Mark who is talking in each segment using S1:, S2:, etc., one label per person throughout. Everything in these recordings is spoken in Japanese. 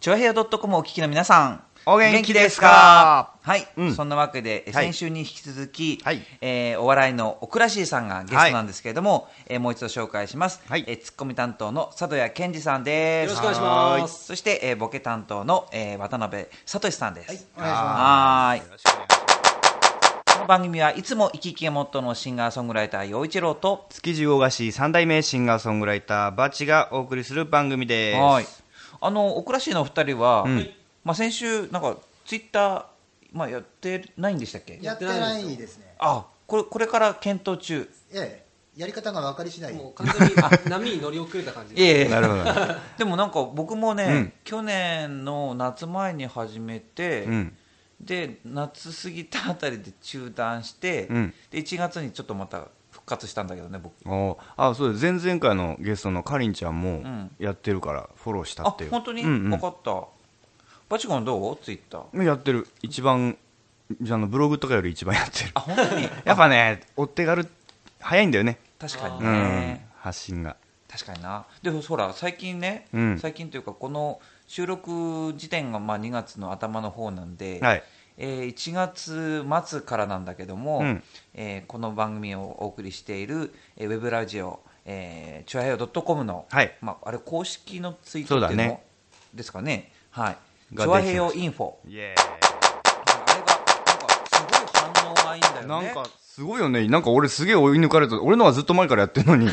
S1: チョアヘアドットコムをお聞きの皆さん、
S2: お元気ですか
S1: はい、
S2: うん
S1: そんなわけで、え
S2: はい
S1: 先週に引き続き、
S2: はい
S1: えーお笑いのオクラシーさんがゲストなんですけれども、えーもう一度紹介します、
S2: はい
S1: えーツッコミ担当の佐藤谷健二さんです。
S3: よろしくお願いします
S1: はそして、えーボケ担当の、えー渡辺聡さんです。
S3: お願いし
S1: はーい。この番組はいつも生き生きがモットーのシンガーソングライター陽一郎と、
S2: 築地大菓子三代目シンガーソングライターバチがお送りする番組です
S1: はい。あの、オクラシーのお二人は、
S2: うん
S1: まあ先週、なんか、ツイッター、まあやってないんでしたっけ
S4: やってないですね。
S1: あ、これ、これから検討中。
S4: ええ、やり方が分かり次第。
S3: もう完全にあ波に乗り遅れた感じ
S1: いえいえ
S2: なるほど
S1: でもなんか僕もね、
S2: うん
S1: 去年の夏前に始めて、
S2: うん
S1: で、夏過ぎたあたりで中断して、
S2: うん
S1: で、1月にちょっとまた復活したんだけどね、僕。
S2: おーあそうです前々回のゲストのかりんちゃんも
S1: ん
S2: やってるからフォローした
S1: あ
S2: ってい、う
S1: 本当に、
S2: うんうん
S1: 分かった。バチコンどうツイッター。
S2: やってる一番あのブログとかより一番やってる
S1: あ、本当に
S2: やっぱねお手軽早いんだよね
S1: 確かに
S2: う
S1: ね。
S2: ん発信が
S1: 確かになでほら最近ね、
S2: うん
S1: 最近というかこの収録時点がまあ2月の頭の方なんで、
S2: はい
S1: えー1月末からなんだけども、
S2: うん
S1: えーこの番組をお送りしている、えーウェブラジオえチュアヘオ .com の、
S2: はい
S1: まあ、あれ公式のツイートって
S2: そ
S1: いううの
S2: だね
S1: ですかねはい「チ
S2: が
S1: ュア
S2: でき
S1: ヘ
S2: てま
S1: オ
S2: す
S1: インフォ」
S2: イ
S1: あ
S2: エ
S1: れがなんかすごい反応がいいんだよね
S2: なんかすごいよねなんか俺すげえ追い抜かれた俺のはずっと前からやってる のに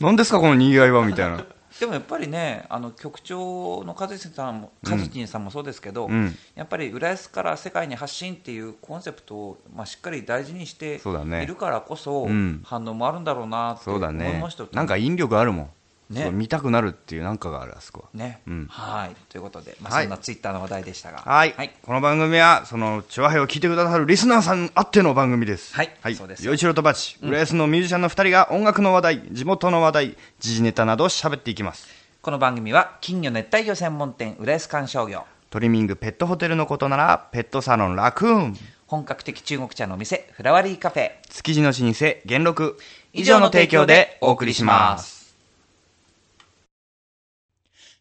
S2: 何ですかこのにぎわいはみたいな
S1: でもやっぱりね、あの局長の和一さんも、和一さんもそうですけど、
S2: うん
S1: やっぱり浦安から世界に発信っていうコンセプトを、まあ、しっかり大事にして
S2: そうだね
S1: いるからこそ、
S2: うん
S1: 反応もあるんだろうなって
S2: そう
S1: 思
S2: だ
S1: い
S2: ね
S1: ましたよ
S2: なんか引力あるもん
S1: ね
S2: そう見たくなるっていうなんかがあるあそこは
S1: ね、
S2: うん
S1: はいということで、まあ、
S2: はい
S1: そんなツイッターの話題でしたが、
S2: はい、
S1: はい
S2: この番組はそのチュアヘを聞いてくださるリスナーさんあっての番組です
S1: はいそうです
S2: よいちろとばち浦安のミュージシャンの2人が音楽の話題地元の話題時事ネタなどを喋っていきます
S1: この番組は金魚熱帯魚専門店浦安観賞魚
S2: トリミングペットホテルのことならペットサロンラクーン
S1: 本格的中国茶のお店フラワリーカフェ
S2: 築地の老舗元禄
S1: 以上の提供でお送りします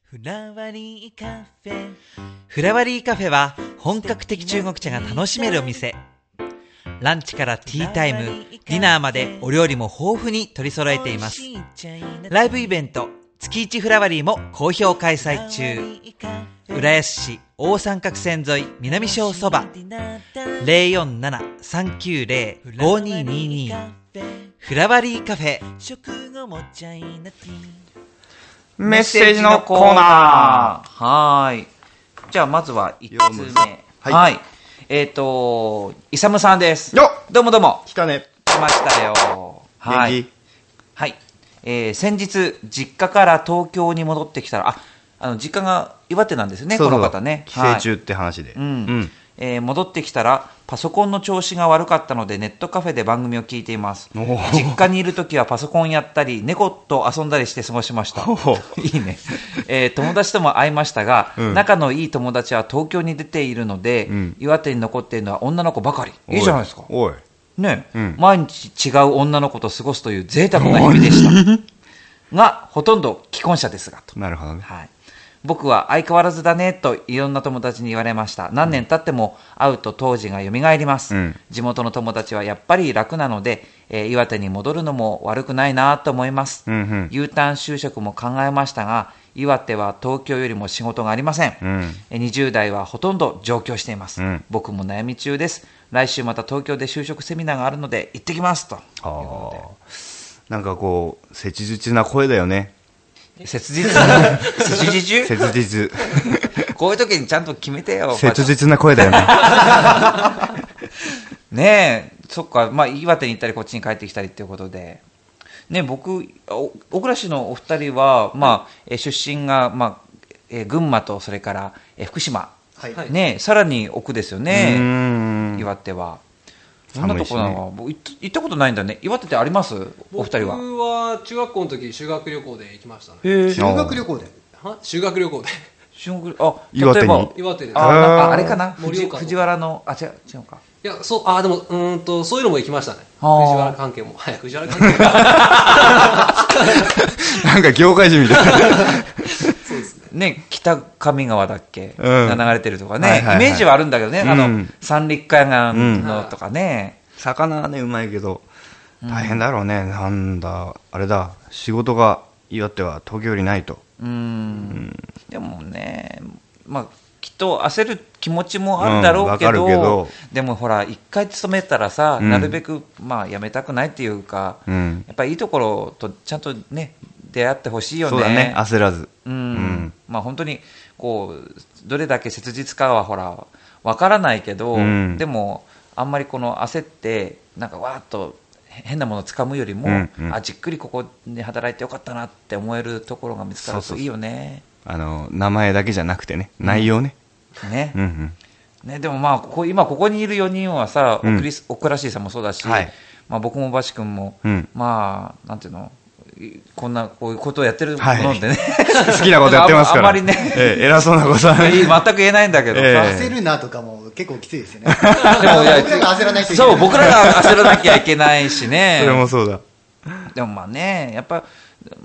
S5: フラワリーカフェフラワリーカフェは本格的中国茶が楽しめるお店ランチからティータイムディナーまでお料理も豊富に取り揃えていますライブイベント月一フラワリーも好評開催中浦安市大三角線沿い南小そば047-390-5222フラワリーカフェ
S2: メッセージのコーナ
S1: ーはいじゃあまずは1
S2: 読
S1: つ
S2: む
S1: 目は、
S2: はいい
S1: えっ、とイサムさんです
S2: よっ
S1: どうもどうも
S2: ー来たね
S1: 来ましたよは
S2: 元
S1: い
S2: 気、
S1: はいえー先日実家から東京に戻ってきたらああの実家が岩手なんですよね
S2: そうそう
S1: この方ね
S2: 寄生虫って話で、
S1: うんえー戻ってきたらパソコンの調子が悪かったのでネットカフェで番組を聞いています
S2: おー
S1: 実家にいる時はパソコンやったり猫と遊んだりして過ごしました
S2: ほほ
S1: いいね、えー友達とも会いましたが、
S2: うん
S1: 仲のいい友達は東京に出ているので、
S2: うん
S1: 岩手に残っているのは女の子ばかりいいじゃないですか
S2: おい
S1: ね、
S2: うん
S1: 毎日違う女の子と過ごすという贅沢な日々で したがほとんど既婚者ですがと
S2: なるほどね
S1: はい、僕は相変わらずだねといろんな友達に言われました何年経っても会うと当時が蘇ります、
S2: うん
S1: 地元の友達はやっぱり楽なので、えー岩手に戻るのも悪くないなと思います、
S2: うんうん
S1: U ターン就職も考えましたが岩手は東京よりも仕事がありません、
S2: うん
S1: えー20代はほとんど上京しています、
S2: うん
S1: 僕も悩み中です来週また東京で就職セミナーがあるので行ってきますと
S2: あーなんかこう切実な声だ よね
S1: 切実切実
S2: 切 実
S1: こういう時にちゃんと決めてよ
S2: 切実な声だよね
S1: ねえ、そっか、まあ、岩手に行ったり、こっちに帰ってきたりということで、ね、僕、お小倉市のお二人は、まあ、えー出身が、まあえー群馬と、それから、えー福島、
S4: はい。
S3: はい
S1: ね、さらに奥ですよ
S2: う
S1: ね、
S2: ーん
S1: 岩手は。そんな
S2: 寒
S1: と
S2: いし
S1: こ
S2: ね
S1: なの、僕行っ行ったことないんだね、岩手ってありますお二人は。
S3: 僕は中学校の時修学旅行で行きましたね
S1: へ
S4: 修学旅行で。
S3: は修学旅行で
S1: あ
S2: 岩
S1: 例え
S2: 手に
S1: ば
S3: 岩手です
S1: あなんか
S2: あー
S1: あれかな、
S3: 盛
S1: 藤
S3: 岡の
S1: 藤原の、あ違う違うか、
S3: いやそうあでもうーんとそういうのも行きましたね
S1: あー
S3: 藤原関係もはい藤原関係 も
S2: なんか業界人みたい な
S3: そうですね
S1: ね、北上川だっけ、
S2: うん
S1: が流れてるとかね、
S2: はいはいはい
S1: イメージはあるんだけどね、あ
S2: う
S1: の
S2: ん、
S1: 三陸海岸のとかね、
S2: 魚はねうまいけど大変だろうね、なんだあれだ仕事が岩手は東京よりないと
S1: うん、でもね、まあ、きっと焦る気持ちもあるだろうけど、
S2: うんわかるけど
S1: でもほら、一回勤めたらさ、
S2: うん
S1: なるべく、まあ、辞めたくないっていうか、
S2: うん
S1: やっぱりいいところとちゃんとね、出会ってほしいよね。
S2: そうだね焦らず
S1: うんまあ、本当にこうどれだけ切実かはほらわからないけど、
S2: うん
S1: でもあんまりこの焦ってなんかわーっと変なものをつかむよりも、
S2: うんうん
S1: あじっくりここで働いてよかったなって思えるところが見つかると
S2: そうそうそう
S1: いいよね。
S2: あの名前だけじゃなくてね内容ね、
S1: ね
S2: うんうん
S1: ね、でもまあここ今ここにいる4人はさ、
S2: うん
S1: おくりすおくらしいさんもそうだし、
S2: はい
S1: まあ、僕もばし君も、
S2: うん
S1: まあなんていうのいこんなこういうことをやってるも
S2: はい
S1: のでね、
S2: 好きなことやってますか ら
S1: ああんまりね、
S2: ええ偉そうなことは
S1: 全く言えないんだけどさ、
S2: ええ
S4: 焦るなとかも結構きついですよね。
S1: でもいや
S4: 僕らが焦らないといけない。
S1: そう、僕らが焦らなきゃいけないしね。
S2: それもそうだ
S1: でもまあね、やっぱ、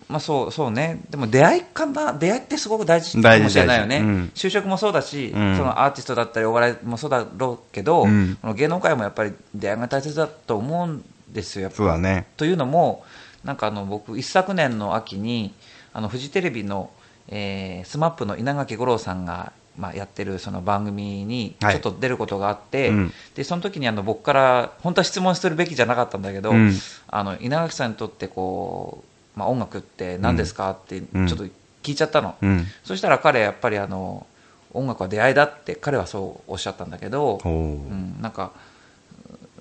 S1: まあそう、そうね。でも出会いかな、出会いってすごく大事かもしれないよね。
S2: 大事大事うん
S1: 就職もそうだし、
S2: うん
S1: そのアーティストだったり、お笑いもそうだろうけど、
S2: うん
S1: この芸能界もやっぱり出会いが大切だと思うんですよ、やっぱ
S2: そうだね
S1: というのも、なんかあの僕、一昨年の秋に、あのフジテレビの、えー、スマップの稲垣吾郎さんが、まあ、やってるその番組にちょ
S2: はい
S1: っと出ることがあって、
S2: うん
S1: でその時にあの僕から本当は質問するべきじゃなかったんだけど、
S2: うん
S1: あの稲垣さんにとってこう、まあ、音楽って何ですかってち
S2: ん
S1: ょっと聞いちゃったの、
S2: うん
S1: そしたら彼やっぱりあの音楽は出会いだって彼はそうおっしゃったんだけど、
S2: おお
S1: うん、なんか、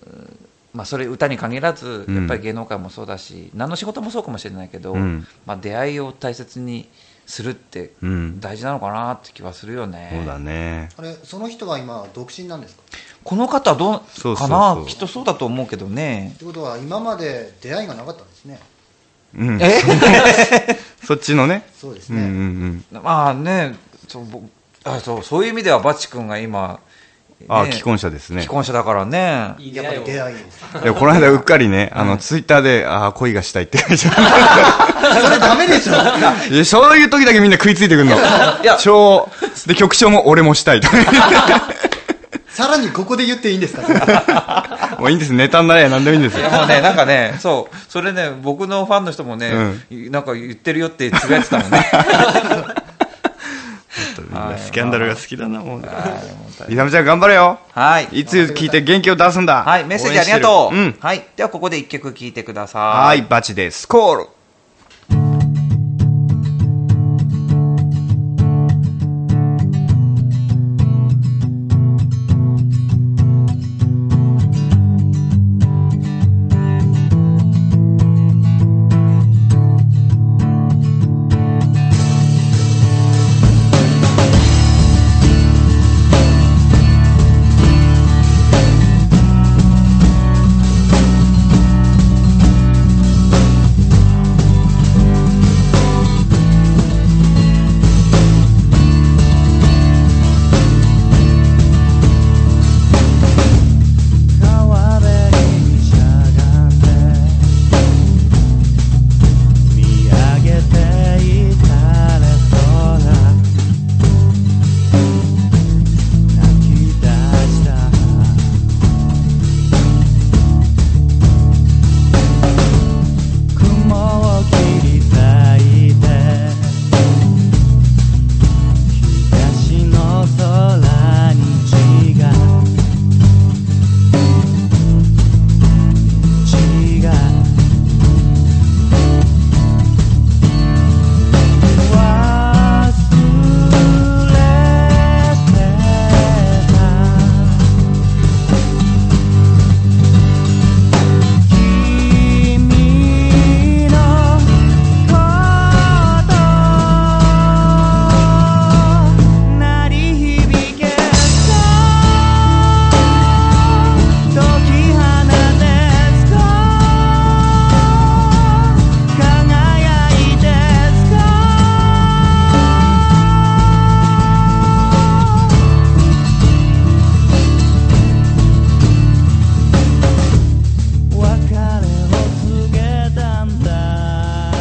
S1: うんまあ、それ歌に限らず
S2: うん
S1: やっぱり芸能界もそうだし、何の仕事もそうかもしれないけど、
S2: うん
S1: まあ、出会いを大切にするって
S2: うん
S1: 大事なのかなって気はするよね、
S2: そうだね
S4: あれ、その人は今、独身なんですか
S1: この方はどうかな
S2: そうそうそう
S1: きっとそうだと思うけどね
S4: ってことは、今まで出会いがなかったんですね。
S2: うん
S1: え
S2: そっちのね
S4: そうです
S2: うんうんう
S4: ね。
S2: ん
S1: まあねそうぼあそうそういう意味ではバチ君が今、
S2: あ
S1: ね
S2: 既婚者ですね
S1: 既婚者だからね
S3: いい
S4: やっぱり
S3: 出
S4: 出
S3: 会い
S4: 会いです。
S2: いやこの間うっかりねあのツイッターであー恋がしたいっ て書いちゃった
S4: それダメでしょ
S2: いやそういう時だけみんな食いついてくんの。
S1: いや
S2: 超、で、局長も俺もしたいと。
S4: さらにここで言っていいんですかそれ
S2: もういいんです、ネタになれ、何でもいいんです
S1: い
S2: よ
S1: や。もうね、なんかね、そう、それね、僕のファンの人もね、なんか言ってるよってつぶやいてたもん ね。はい
S2: スキャンダルが好きだな、も
S1: はい
S2: う。
S1: でも大
S2: イサムちゃん頑張れよ。
S1: はい。
S2: いつ聞いて元気を出すんだ。
S1: はい、メッセージありがとう。
S2: 応援してるうん。
S1: はい。では、ここで一曲聴いてください。
S2: はい、バチです。コール。
S5: 川辺にしゃがんで見上げていたれ空泣き出した雲を切り裂いて東の空に血が血が「忘れてた」「君のこと鳴り響けそう」「解き放てそう」「輝いてそう」「別れを告げたんだ」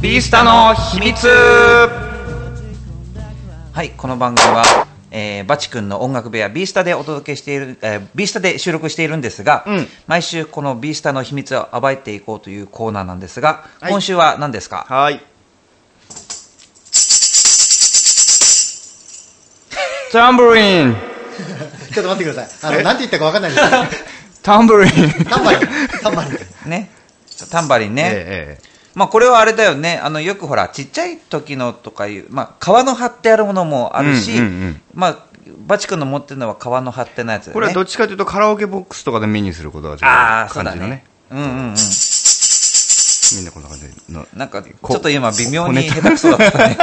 S1: ビースタの秘密
S5: 「落ち込んで
S1: はい、この番組は、えーバチ君の音楽部屋 B スタでお届けしている、えー、B スタで収録しているんですが、
S2: うん
S1: 毎週この B スタの秘密を暴いていこうというコーナーなんですが、今週は何ですか
S2: はーい。タンブリン
S4: ちょっと待ってください。あの、なんて言ったかわかんないです。
S2: タンブ リン
S4: タンバリン、タンバリン。
S1: ね。タンバリンね。
S2: えええ
S1: まあこれはあれだよね、あのよくほら、ちっちゃい時のとかいう、まあ、皮の張ってあるものもあるし、
S2: うんうんうん
S1: まあ、バチ君の持ってるのは皮の張ってないやつだよね。
S2: えこれはどっちかというとカラオケボックスとかで目にすることができる
S1: ああ、そう
S2: 感
S1: だ
S2: じの
S1: ね
S2: ね。。
S1: うんうんうん。
S2: みんなこんな感じの。
S1: なんか、ち
S2: こ
S1: ょっと今、微妙
S2: こ
S1: に
S2: ねた
S1: 下手くそだ ったね。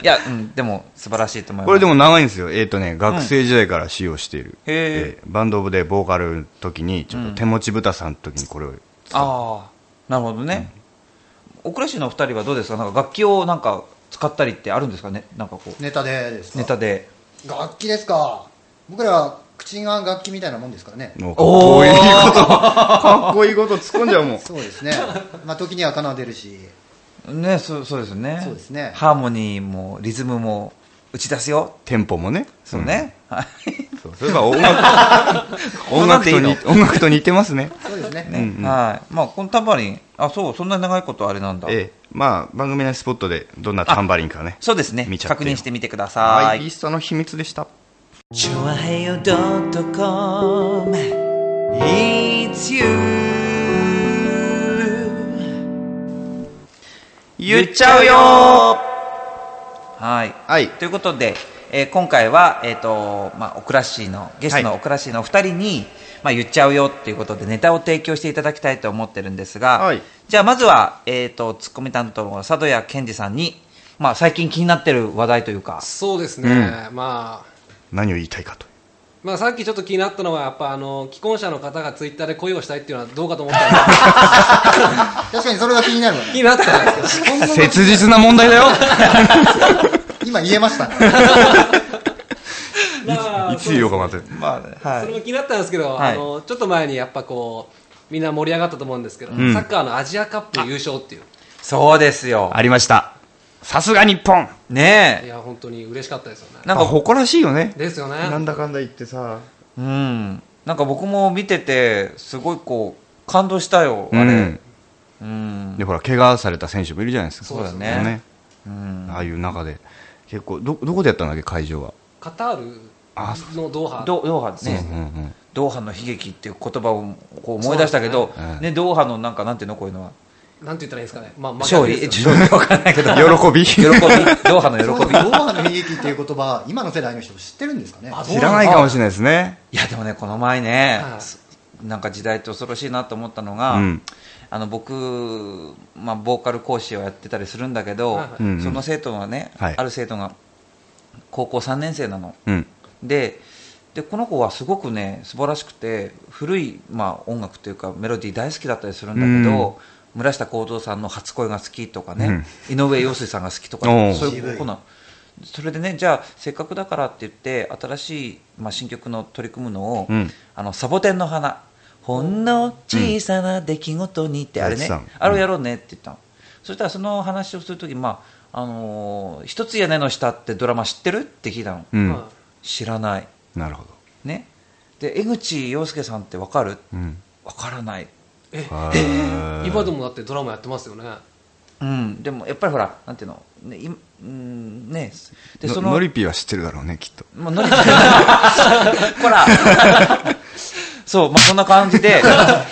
S1: いや、うん、でも、素晴らしいと思います。
S2: これでも長いんですよ。えっ、とね、学生時代から使用している。
S1: へー
S2: ええバンド部でボーカルの時に、ちょっと手持ち豚さんの時にこれを。
S1: ああ、なるほどね。オクラシのお二人はどうですかなんか楽器をなんか使ったりってあるんですかねなんかこう、
S4: ネタでですか
S1: ネタで。
S4: 楽器ですか。僕らは口が楽器みたいなもんですからね。
S2: もうかっこいいこと、かっこいいこと突っ込んじゃうもん。
S4: そうですね。まあ、時には奏でるし。
S1: ね、そうそうですよね。
S4: そうですね
S1: ハーモニーもリズムも打ち出すよ。
S2: テンポもね。
S1: そうね。はい
S2: うん。そうそれが音楽、 音楽とに音楽と似てますね。
S4: そうですね。
S1: ねはい。まあ、このタンバリン、あ、そう、そんな長いことあれなんだ。
S2: ええ、まあ番組のスポットでどんなタンバリンかね。
S1: そうですね
S2: 見。ちゃって
S1: 確認してみてくだ
S2: は
S1: さ
S2: い、ビーストの秘密でした。
S6: チョアヘヨドットコム It's you
S1: 言っちゃうよはい。
S2: はい
S1: ということで、えー今回は、えっ、と、まあ、オクラシーの、ゲスト
S2: は
S1: の
S2: い
S1: オクラシーのお二人に、まあ、言っちゃうよっていうことでネタを提供していただきたいと思ってるんですが、
S2: はい
S1: じゃあまずは、えっ、と、ツッコミ担当の佐渡谷健二さんに、まあ、最近気になってる話題というか、
S3: そうですね、まあ、
S2: 何を言いたいかと。
S3: まあ、さっきちょっと気になったのは、やっぱあの既婚者の方がツイッターで恋をしたいっていうのはどうかと思ったんで、
S4: 確かにそれが気になるわ
S3: 気
S4: ね。
S3: になったんですけど、
S2: 切実な問題だよ。
S4: 今言えましたね。
S3: ま あ
S2: いつ言おうか待って。
S1: まあ、は
S3: それ
S1: い。
S3: も気になったんですけど、
S1: はい
S3: あのちょっと前にやっぱこうみんな盛り上がったと思うんですけど、
S2: ん
S3: サッカーのアジアカップ優勝っていう、
S1: そうですよ。
S2: ありました。さすが日本。
S1: ね
S3: い
S1: え。
S3: や、本当に嬉しかったですよね。
S1: なん
S2: なんか
S1: か
S2: 誇らしいよね。
S3: ですよね。
S2: なんだかんだ言ってさ。
S1: うん、なんか僕も見てて、すごいこう、感動したよ、あれ。うん、
S2: でほら怪我された選手もいるじゃないですか。
S1: そうだね。うん
S2: ああいう中で結構どどこでやったんだっけ会場は。
S3: カタール
S2: あ
S3: のドーハ
S1: ドドーハね、
S2: うんうん
S1: ドーハの悲劇っていう言葉をこう思い出したけど、
S2: そうだね
S1: ねドーハのなんか、なんていうの、こういうのは、
S3: なんて言ったらいいんですかね、まあ、
S1: 勝利、
S3: 真逆ですよ
S1: 勝利わかんないけど、
S2: 喜 び。
S1: 喜び、ドーハの
S4: そう で
S1: 喜び
S4: すね。ドーハの悲劇っていう言葉、今の世代の人知ってるんですかね。
S3: あ
S2: 知らないかもしれないですね。
S1: いや、でもね、この前ね、
S3: はい
S1: なんか時代って恐ろしいなと思ったのが、
S2: うん
S1: あの僕、まあ、ボーカル講師をやってたりするんだけど、
S3: はいはい
S2: うんうん
S1: その生徒がね、
S2: はい
S1: ある生徒が高校3年生なの。
S2: うん。
S1: ででこの子はすごくね素晴らしくて古い、まあ、音楽というかメロディー大好きだったりするんだけど、村下幸三さんの初恋が好きとかね、井上陽水さんが好きとか
S2: おう
S1: そういう子なのそれでねじゃあせっかくだからって言って新しい、まあ、新曲の取り組むのを「
S2: うん
S1: あのサボテンの花」ほんの小さな出来事にってあれね、
S2: やってたの
S1: あれをやろうねって言ったの、そしたらその話をするとき、まああのー一つ屋根の下ってドラマ知ってるって聞いたの、
S2: うん。
S3: ま
S1: 知らない、
S2: なるほど。
S1: ね、で江口洋介さんって分かる
S2: うん。
S1: 分からない、
S2: は
S3: あ
S2: ーい
S3: 今でもだってドラマやってますよね。
S1: うん、でもやっぱりほらなんていうのねいうんねで
S2: の
S1: そ
S2: ノ
S1: の
S2: リピーは知ってるだろうねきっと
S1: まあノリ ほらそう、まあ、そんな感じで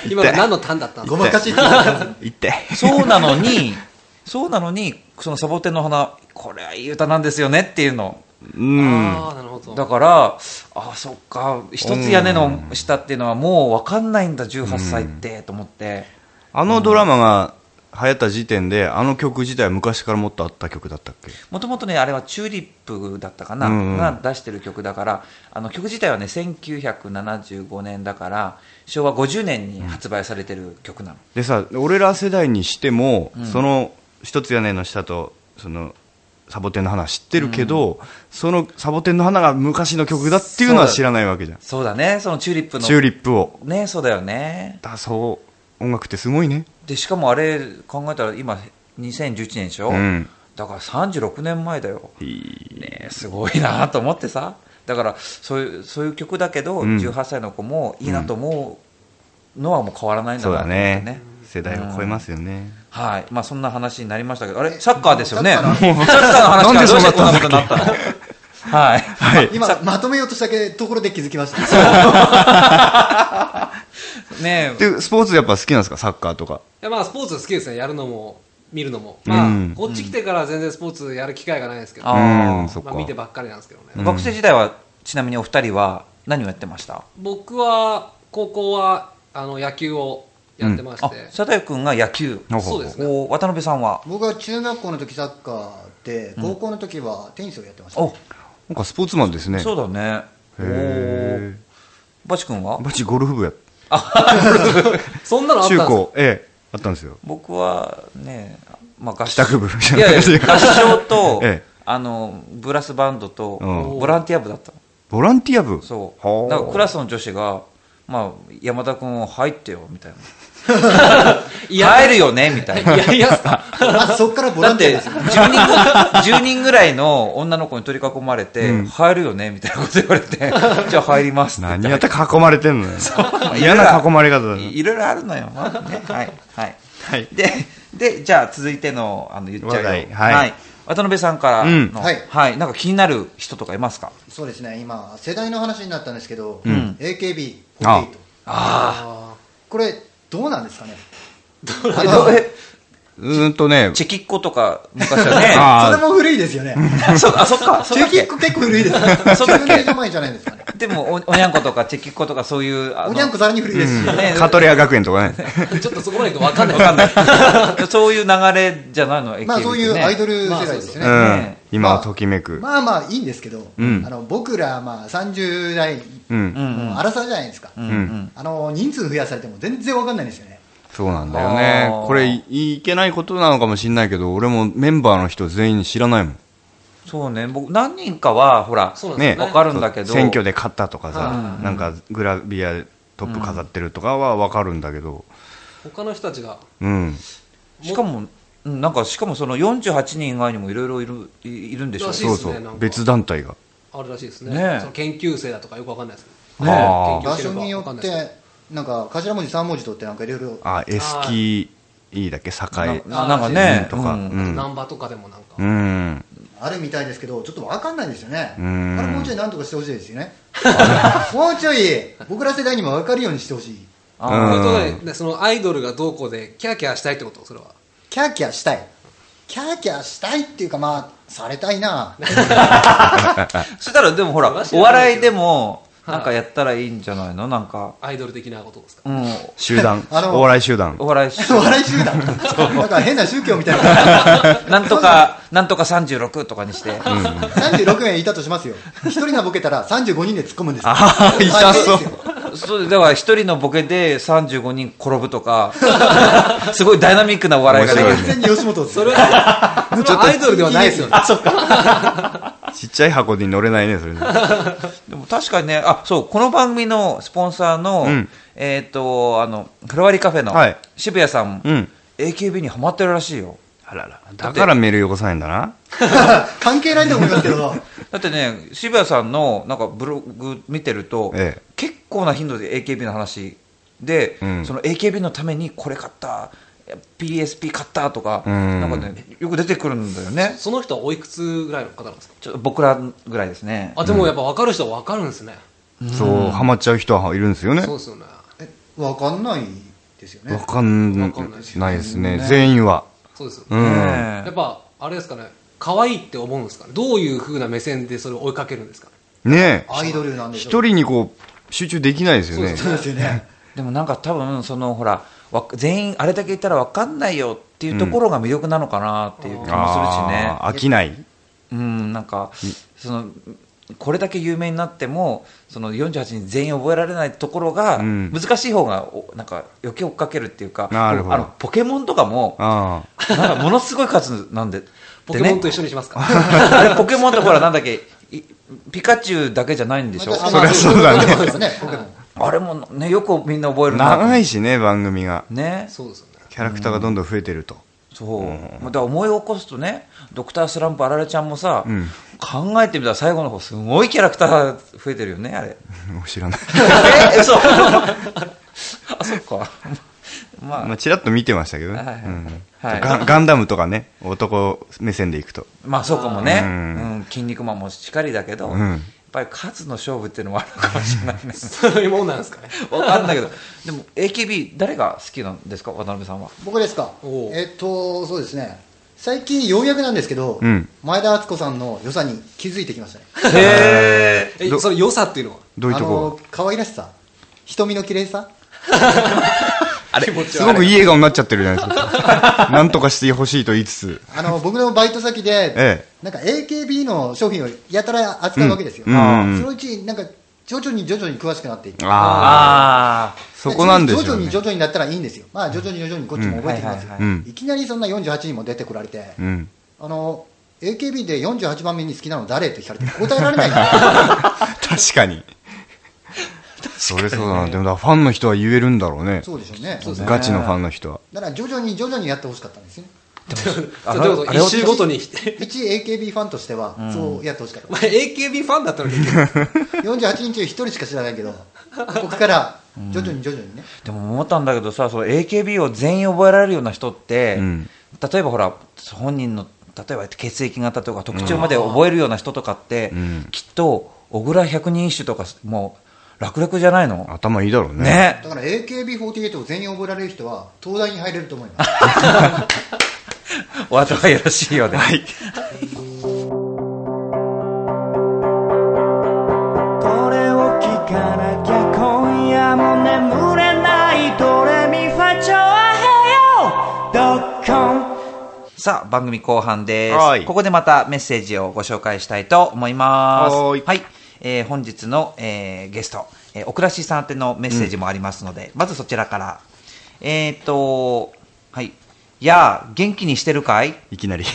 S3: 今が何の単だったんです
S4: ご
S3: か
S4: まかしって言ってた
S2: 行って
S1: そうなのにそうなのにそのサボテンの花これはいい歌なんですよねっていうの
S2: うん
S3: ああ、なるほど。
S1: だからあそっか一つ屋根の下っていうのはもう分かんないんだ18歳ってと思って。
S2: あのドラマが流行った時点であの曲自体は昔からもっとあった曲だったっけ
S1: もともとね、あれはチューリップだったかな、
S2: うんうん
S1: が出してる曲だから、あの曲自体はね、1975年だから、昭和50年に発売されてる曲なの。
S2: でさ俺ら世代にしても、その一つ屋根の下とそのサボテンの花知ってるけど、そのサボテンの花が昔の曲だっていうのは知らないわけじゃん
S1: そうだね、そのチューリップの。
S2: チューリップを
S1: ね、そうだよね。
S2: だそう音楽ってすごいね
S1: で、しかもあれ考えたら今、2011年でしょ、
S2: うん
S1: だから36年前だよ、ねえ、すごいなと思ってさだからそういうそういう曲だけど、
S2: うん
S1: 18歳の子もいいなと思うのはもう変わらないんだ
S2: そう
S1: なと思
S2: だ
S1: ってね
S2: ね。世代を超えますよね。
S1: はいまあ、そんな話になりましたけどあれサッカーですよね
S4: サ
S1: サ
S4: ッ
S1: ッ
S4: カ
S1: カー
S4: ー
S1: の話からどうしてこんな
S2: な
S1: こ
S2: ん
S1: と
S2: で
S1: になったのはい、
S2: はい。
S4: 今まとめようとしたけところで気づきました
S1: ねえ
S2: で、スポーツやっぱ好きなんですかサッカーとか。
S3: いやまあスポーツ好きですねやるのも見るのもまあ、
S2: うん
S3: こっち来てから全然スポーツやる機会がないですけど、
S1: あー
S2: うん、そっ
S3: ま
S2: か
S3: あ、。見てばっかりなんですけどね、
S2: うん
S1: 学生時代はちなみにお二人は何をやってました
S3: 僕は高校はあの野球をやってまして、
S1: あ佐藤君が野球
S2: ほ
S3: そうですね
S1: お渡辺さんは
S4: 僕は中学校の時サッカーで高校の時はテニスをやってました、
S1: お
S2: なんかスポーツマンですね。
S1: そうだねお
S2: へ
S1: ーバチ君は
S2: バチゴルフ部や、
S3: そんなのあったん
S2: 中
S3: ですか
S2: 高、ええ、あったんですよ。
S1: 僕はね、まあ、合
S2: 帰宅部みたい
S1: い
S2: な
S1: やいや
S2: 感じで
S1: 合唱と、
S2: ええ
S1: あのブラスバンドと、
S2: うん
S1: ボランティア部だったの
S2: ボランティア部
S1: そう
S2: はあ
S1: だからクラスの女子が、まあ、山田君入ってよみたいな入るよねみたいない
S3: やいやっすか
S4: まずそこからボ
S1: だ
S4: ラ
S1: っ
S4: ンテ
S1: て
S4: ィアですよ
S1: 10人ぐ ,10 人ぐらいの女の子に取り囲まれて、
S2: うん
S1: 入るよねみたいなこと言われてじゃあ入りますって言って
S2: 何やったら囲まれてんのよ。 嫌な囲まれ方だね。
S1: いいろいろあるのよ、まあね、はい、はい、
S2: はい
S1: ででじゃあ続いてのあの言っちゃうよ、
S2: 話題はい
S1: 渡辺さんからの、
S2: うん
S4: はい
S1: はい、なんか気になる人とかいますか
S4: そうですね今世代の話になったんですけど、
S1: ん
S4: AKB48
S2: あ
S3: あ
S4: これどうなんですかね
S1: えどえ
S2: うーんとね、
S1: チェキっ子とか昔は ね
S2: あ
S4: それも古いですよね
S1: あそあそっかそ
S4: チ
S1: うだ
S4: ェ
S1: っ
S4: キ
S1: け
S4: ック結構古いですよ
S1: そうだっけ
S4: 10年以上前じゃないですかね
S1: でもおおにゃんことかチェキっ子とかそういうあの
S4: おにゃんこさらに古いですし、
S1: ね
S2: カトレア学園とかね。
S3: あちょっとそこまでいくと分かんない
S1: わかんない そういう流れじゃないの AKB ってね
S4: まあそういうアイドル世代です
S2: う
S4: ね、
S2: ん
S1: ね。
S2: 今はときめく。
S4: まあまあいいんですけど、
S2: うん
S4: あの僕らまあ30代
S2: う。
S1: うんんうん
S4: の荒さじゃないですか、
S1: うん
S2: ん
S1: うん
S4: あの人数増やされても全然わかんないんですよね
S2: そうなんだよね
S1: あー。
S2: これ、いいけないことなのかもしれないけど、俺もメンバーの人全員知らないもん。
S1: そうね僕何人かはほら
S3: そうなんで
S2: ね
S3: すよね
S1: わかるんだけど
S2: 選挙で勝ったとかさ
S1: う、ん
S2: なんかグラビアトップ飾ってるとかはわかるんだけど、
S3: 他の人たちが
S2: うん。
S1: しかも、うんなんかしかもその48人以外にもいろいろいるいいるんでしょ
S3: らしい
S2: そ
S3: で
S2: う
S3: す
S2: そ
S3: ねなん
S2: う
S3: か。
S2: 別団体が。
S3: あるらしいですね
S1: ねえ
S3: その研究生だとかよく分かんないですけど
S1: ね
S2: あー
S3: 研
S4: 場
S3: 究して
S4: 所
S3: るか
S4: に
S3: は
S4: よ
S3: 分かん
S4: っ
S3: ないです
S4: てなんか頭文字3文字取ってなんかいろいろ
S2: あ、エスキー、いいだっけ、栄
S1: ななんかね、
S2: とか。う
S1: うん
S3: けどナ
S2: ん。
S3: ンバとかでもなんか、
S2: うん。
S4: あるみたいですけどちょっとわかんないですよねあれ
S2: うん
S4: もうちょいなんとかしてほしいですよねもうちょい僕ら世代にもわかるようにしてほしい
S1: あ
S2: うん
S3: 本当だねでそのアイドルがどうこうでキャーキャーしたいってことそれは
S4: キャーキャーしたいキャーキャーしたいっていうかまあされたいな
S1: そしたらでもほら
S3: 知らないけど
S1: お笑いでも
S3: はい
S1: なんかやったらいいんじゃないのなんか、
S3: アイドル的なことですか
S1: うん、
S2: 集団。
S4: あの
S2: お笑い集団。
S1: お笑いし
S4: お笑い集団なんか変な宗教みたいな
S1: なんとかなんとか36とかにして、
S4: 36名いたとしますよ一人がボケたら35人で突っ込むんですよ
S2: あー痛そう
S4: 大変ですよ
S1: そうだから一人のボケで35人転ぶとか すごいダイナミックなお笑いができる
S2: 面
S4: 完全に吉本です
S3: そ れはそれはアイドルではないですよね
S2: ちっちゃい箱に乗れないね、それね。
S1: でも確かにね、あそうこの番組のスポンサーの、
S2: うん
S1: えっ、とあのフラワリカフェの、
S2: はい
S1: 渋谷さん、
S2: うん
S1: AKB にハマってるらしいよ。
S2: あらら。だからメールよこさないんだな。
S4: 関係ないと思いますけど
S1: だってね、渋谷さんのなんかブログ見てると、
S2: ええ
S1: 結構な頻度で AKB の話で、
S2: うん
S1: その AKB のためにこれ買った、PSP 買ったとか、
S2: うん
S1: なんかね、よく出てくるんだよね。
S3: その人はおいくつぐらいの方なんですか
S1: ちょっと僕らぐらいですね。
S3: あでもやっぱ分かる人は分かるんですね、
S2: そう、ハマっちゃう人はいるんですよね
S3: そう。ですよね
S4: えわかんないですよ
S2: わ
S4: ね
S2: かん
S3: わかんないですよ
S2: ないですね。全員は。
S3: そうですよ
S2: う
S3: ね、
S2: ん。
S1: ねえ
S3: やっぱあれですかね可愛いって思うんですかねどういうふうな目線でそれを追いかけるんですかね
S2: ねえ。
S4: アイドルなんでし
S2: 一
S4: ょ
S2: 人にこう、集中できないですよね。
S4: そうですよね
S1: でもなんか多分そのほらわ全員あれだけいたら分かんないよっていうところが魅力なのかなっていう気もするしね
S2: あー飽きない。
S1: うんなんかそのこれだけ有名になってもその48人全員覚えられないところが
S2: うん
S1: 難しい方がおなんか余計追っかけるっていうか
S2: なるほど
S1: あのポケモンとかも
S2: ああ。
S1: なんかものすごい数なんで。
S3: ポケモン
S1: で
S3: と
S1: ね
S3: 一緒にします か
S1: あ れポケモンってほらなんだっけいピカチュウだけじゃないんでしょ
S4: ま
S2: そりゃそうだね
S4: そうですねポケモン
S1: あれもねよくみんな覚えるな
S2: 長いしね、番組が。
S1: ね
S3: そうですよね
S2: キャラクターがどんどん増えてると。
S1: そう、まあだから思い起こすとねドクタースランプあられちゃんもさ、
S2: うん
S1: 考えてみたら最後の方すごいキャラクター 増えてるよねあれ
S2: もう知らない。
S1: えそう あそっか まあ、
S2: まあ、ちらっと見てましたけどね。
S1: はいはい
S2: うん
S1: はい
S2: ガンガンダムとかね、男目線でいくと。
S1: まあそうかもね、
S2: う
S1: うんん筋肉マンもしっかりだけど、
S2: うん
S1: やっぱり勝つの勝負っていうのもあるかもしれないね
S3: そういうもんなんですかね。
S1: わかんないけど でも AKB 誰が好きなんですか渡辺さんは
S4: 僕ですか
S3: おう
S4: えっとそうですね最近ようやくなんですけど、
S2: うん
S4: 前田敦子さんの良さに気づいてきましたね
S1: へ
S3: え
S2: ど、
S3: その良さっていうのは。
S2: どういうと
S4: あ
S2: こ
S4: の可愛らしさ瞳の綺麗さ
S1: あれ
S2: すごくいい笑顔になっちゃってるじゃないですか。 なんとかしてほしいと言いつつ。
S4: あの僕のバイト先で、
S2: え
S4: なんか AKB の商品をやたら扱うわけですよ、
S2: うんうんうん
S4: そのうちなんか徐々に徐々に詳しくなっていって
S2: ああ、
S1: ああ
S2: そこなんですよ
S4: 徐々に
S2: ね
S4: 徐。々になったらいいんですよ、まあ、徐々に徐々にこっちも覚えてきますよ、
S1: うんはい
S2: はいはい
S4: いきなりそんな48人も出てこられて、
S2: うん。
S4: あの AKB で48番目に好きなの誰って聞かれて答えられな い
S2: 確かに。それそうだな。でもだからファンの人は言えるんだろうね。
S4: そうでしょうね
S3: すね
S2: ガチのファンの人は。
S4: だから徐々に徐々にやってほしかったんですよね
S1: あ
S3: そうどういうこと
S1: あれを
S3: 一周ごとに。
S4: 一 AKB ファンとしてはそうやってほしかった、
S3: まあ AKB ファンだったの に。結局
S4: 48人中1人しか知らないけど僕から徐々に徐々にね、
S1: でも思ったんだけどさその AKB を全員覚えられるような人って、
S2: うん
S1: 例えばほら本人の例えば血液型とか特徴まで覚えるような人とかって、
S2: うん
S1: きっと小倉百人一首とかもう楽々じゃないの
S2: 頭いいだろうね。
S1: ね
S4: だから AKB48 を全員覚えられる人は東大に入れると思います
S1: お後がよろしいようで、はい、
S6: これを聞かなきゃ今夜も眠れないドレミファチョアヘヨドッコン
S1: さあ番組後半です、
S2: はい
S1: ここでまたメッセージをご紹介したいと思います
S2: はーい
S1: えー本日の、えーゲスト、えー、おくらしさん宛てのメッセージもありますので、まずそちらからえっ、とはいやあ元気にしてるかい
S2: いきなり。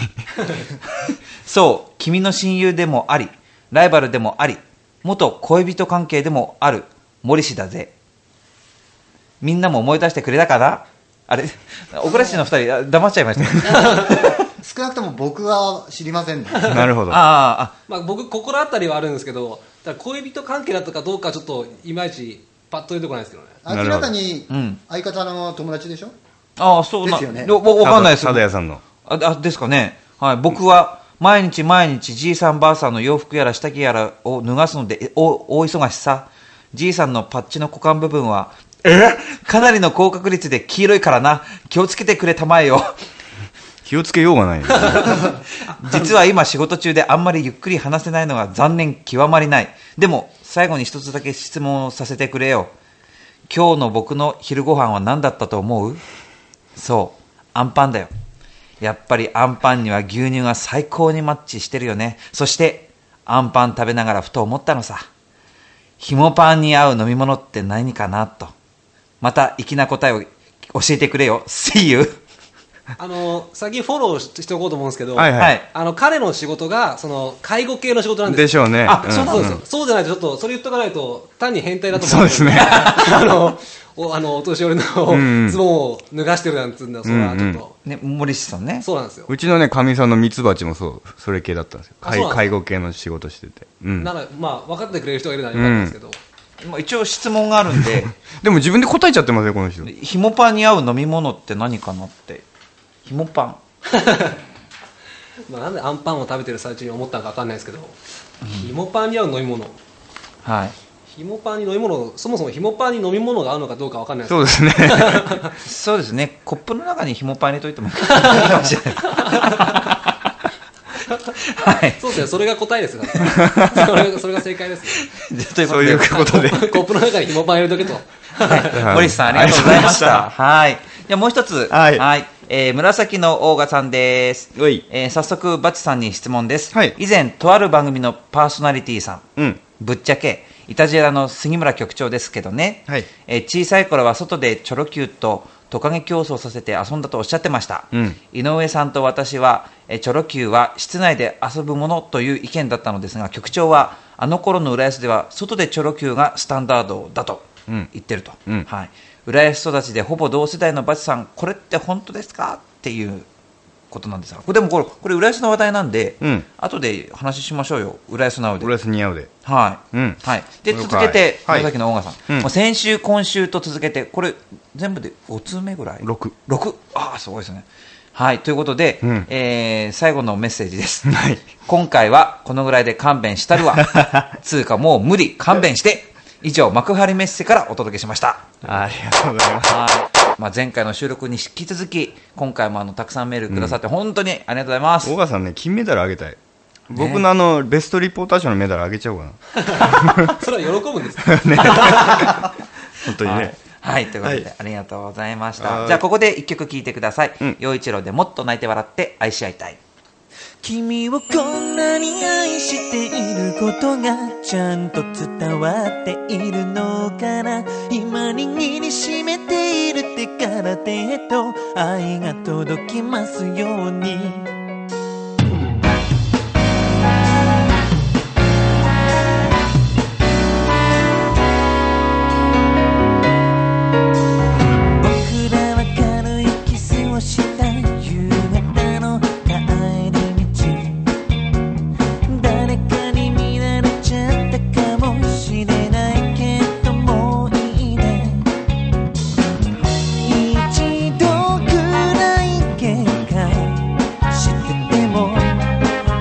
S1: そう、君の親友でもあり、ライバルでもあり、元恋人関係でもある、森氏だぜ。みんなも思い出してくれたかなあれ、 小倉氏の二人、あ黙っちゃいました。
S4: 少なくとも僕は知りませんね
S2: なるほど。
S1: ああ、
S3: まあ僕、心当たりはあるんですけど、ただ恋人関係だったかどうかちょっと、いまいち、パッと出てこないですけどね。
S2: なるほど
S4: 明らかに
S1: うん
S4: 相方の友達でしょ、
S1: ああ、そうな、
S4: ですよね
S1: わわかんないです。
S2: サダヤさんの。
S1: ああですかね、はい、僕は毎日毎日じいさんばあさんの洋服やら下着やらを脱がすのでえお大忙しさじいさんのパッチの股間部分はえかなりの高確率で黄色いからな気をつけてくれたまえよ
S2: 気をつけようがないよね。
S1: 実は今仕事中であんまりゆっくり話せないのが残念極まりないでも最後に一つだけ質問をさせてくれよ今日の僕の昼ご飯は何だったと思うそう、アンパンだよ。やっぱりアンパンには牛乳が最高にマッチしてるよね。そして、アンパン食べながらふと思ったのさ。ひもパンに合う飲み物って何かなと。また粋な答えを教えてくれよ。See you!
S3: あの、先フォローししておこうと思うんですけど、
S2: はいは
S1: はいい。
S3: あの、彼の仕事が、その、介護系の仕事なんですよ
S2: でしょうね。
S1: あ
S3: そうなんですよ、そうじゃないと、ちょっとそれ言っとかないと、単に変態だと思うん
S2: そうですね
S3: あ のおあのお年寄り
S2: うん
S3: のズボンを脱がしてるなんつうんだ、それはちょっと、
S1: ね、森氏さんね。
S3: そうなんですよ、
S2: うちのね、かみさんのミツバチもそう、それ系だったんですよ。
S3: あ
S2: 介
S3: そうなんだ
S2: 介護系の仕事してて。うん。
S3: なら、まあ、分かってくれる人がいるならよかったんですけど、
S1: まあ一応質問があるん で、
S2: でも自分で答えちゃってますよ、この人。
S1: ひもパンに合う飲み物って何かなって。ひもパン。
S3: まあ、なんでアンパンを食べてる最中に思ったのか分かんないですけど、ひもパンに合う飲み物、
S1: はい。
S3: ひもパンに飲み物、そもそもひもパンに飲み物が合うのかどうか分かんないですけ
S2: そ
S3: ど
S2: うですね。
S1: そうですね、コップの中に紐パン入れといてもいいかもしれ ない。はい。
S3: そうですね、それが答えですよ、だ ってそれがそれが正解です、
S1: じゃあというこ
S2: そ
S1: と
S2: うい
S1: で
S2: う、ことで。
S3: コップの中にひもパン入れとけと、
S1: はい森さんありがとうございました。はい。じゃあもう一つ。
S2: はい
S1: えー紫のオーガさんです。
S2: おい
S1: えー早速、バチさんに質問です。
S2: はい
S1: 以前、とある番組のパーソナリティさん。
S2: うん。
S1: ぶっちゃけ、イタジェラの杉村局長ですけどね、
S2: はい
S1: えー小さい頃は外でチョロ Q とトカゲ競争させて遊んだとおっしゃってました、
S2: うん
S1: 井上さんと私は、えーチョロ Q は室内で遊ぶものという意見だったのですが、局長は、あの頃の浦安では外でチョロ Q がスタンダードだと
S2: うん
S1: 言ってると、
S2: うん
S1: はい、浦安育ちでほぼ同世代のバチさん、これって本当ですかっていうことなんですがこれでもこれこれ浦安の話題なんで、
S2: うん
S1: 後で話しましょうよ浦安なので
S2: 浦安似合うで。
S1: はい、
S2: うん
S1: はい、で
S2: 了解
S1: 続けて
S2: はい
S1: 野崎の音楽さん、
S2: うん
S1: もう先週今週と続けてこれ全部で5通目ぐらい
S2: 六
S1: 六ああすごいですねはいということで、
S2: うん
S1: えー最後のメッセージです、
S2: はい
S1: 今回はこのぐらいで勘弁した るわつうかもう無理勘弁して以上幕張メッセからお届けしました
S2: ありがとうございます。
S1: はい、まあ、前回の収録に引き続き今回もあのたくさんメールくださって本当にありがとうございます、
S2: 大川さんね、金メダルあげたい。僕のあの、ベストリポーター賞のメダルあげちゃおうかな。
S3: それは喜ぶんですか
S2: 本当にね。
S1: はい、ということで、ありがとうございまし
S2: は
S1: た。
S2: い
S1: じゃあ、ここで一曲聴いてください
S2: うん。
S1: 陽、一郎でもっと泣いて笑って愛し合いたい。
S6: 君をこんなに愛していることがちゃんと伝わっているのかな今握りしめている手から手へと愛が届きますように僕らは軽いキスをした夕方の帰り道誰かに見られちゃったかもしれないけどもういいね一度くらい喧嘩してても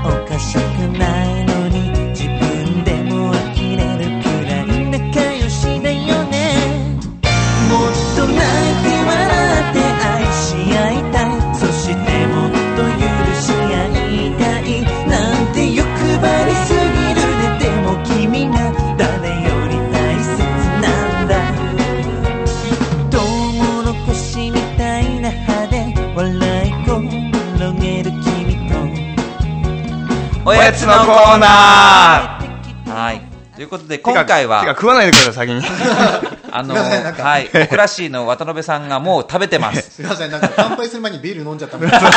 S6: おかしくないのに自分でも呆れるくらい仲良しだよねもっと泣いて笑って愛し合いたいそしてもっと許し合いたいなんて欲張りすぎるででも君が誰より大切なんだトウモロコシみたいな歯で笑い転げる君と
S1: お
S2: やつのコーナ
S1: ーはい。ということで、今回
S2: てか
S1: は、
S2: 食わないでください、先に。
S1: あの、
S4: すいませんなんか
S1: はい、オクラシーの渡辺さんがもう食べてます。
S4: すいません、なんか乾杯する前にビール飲んじゃった みたいな。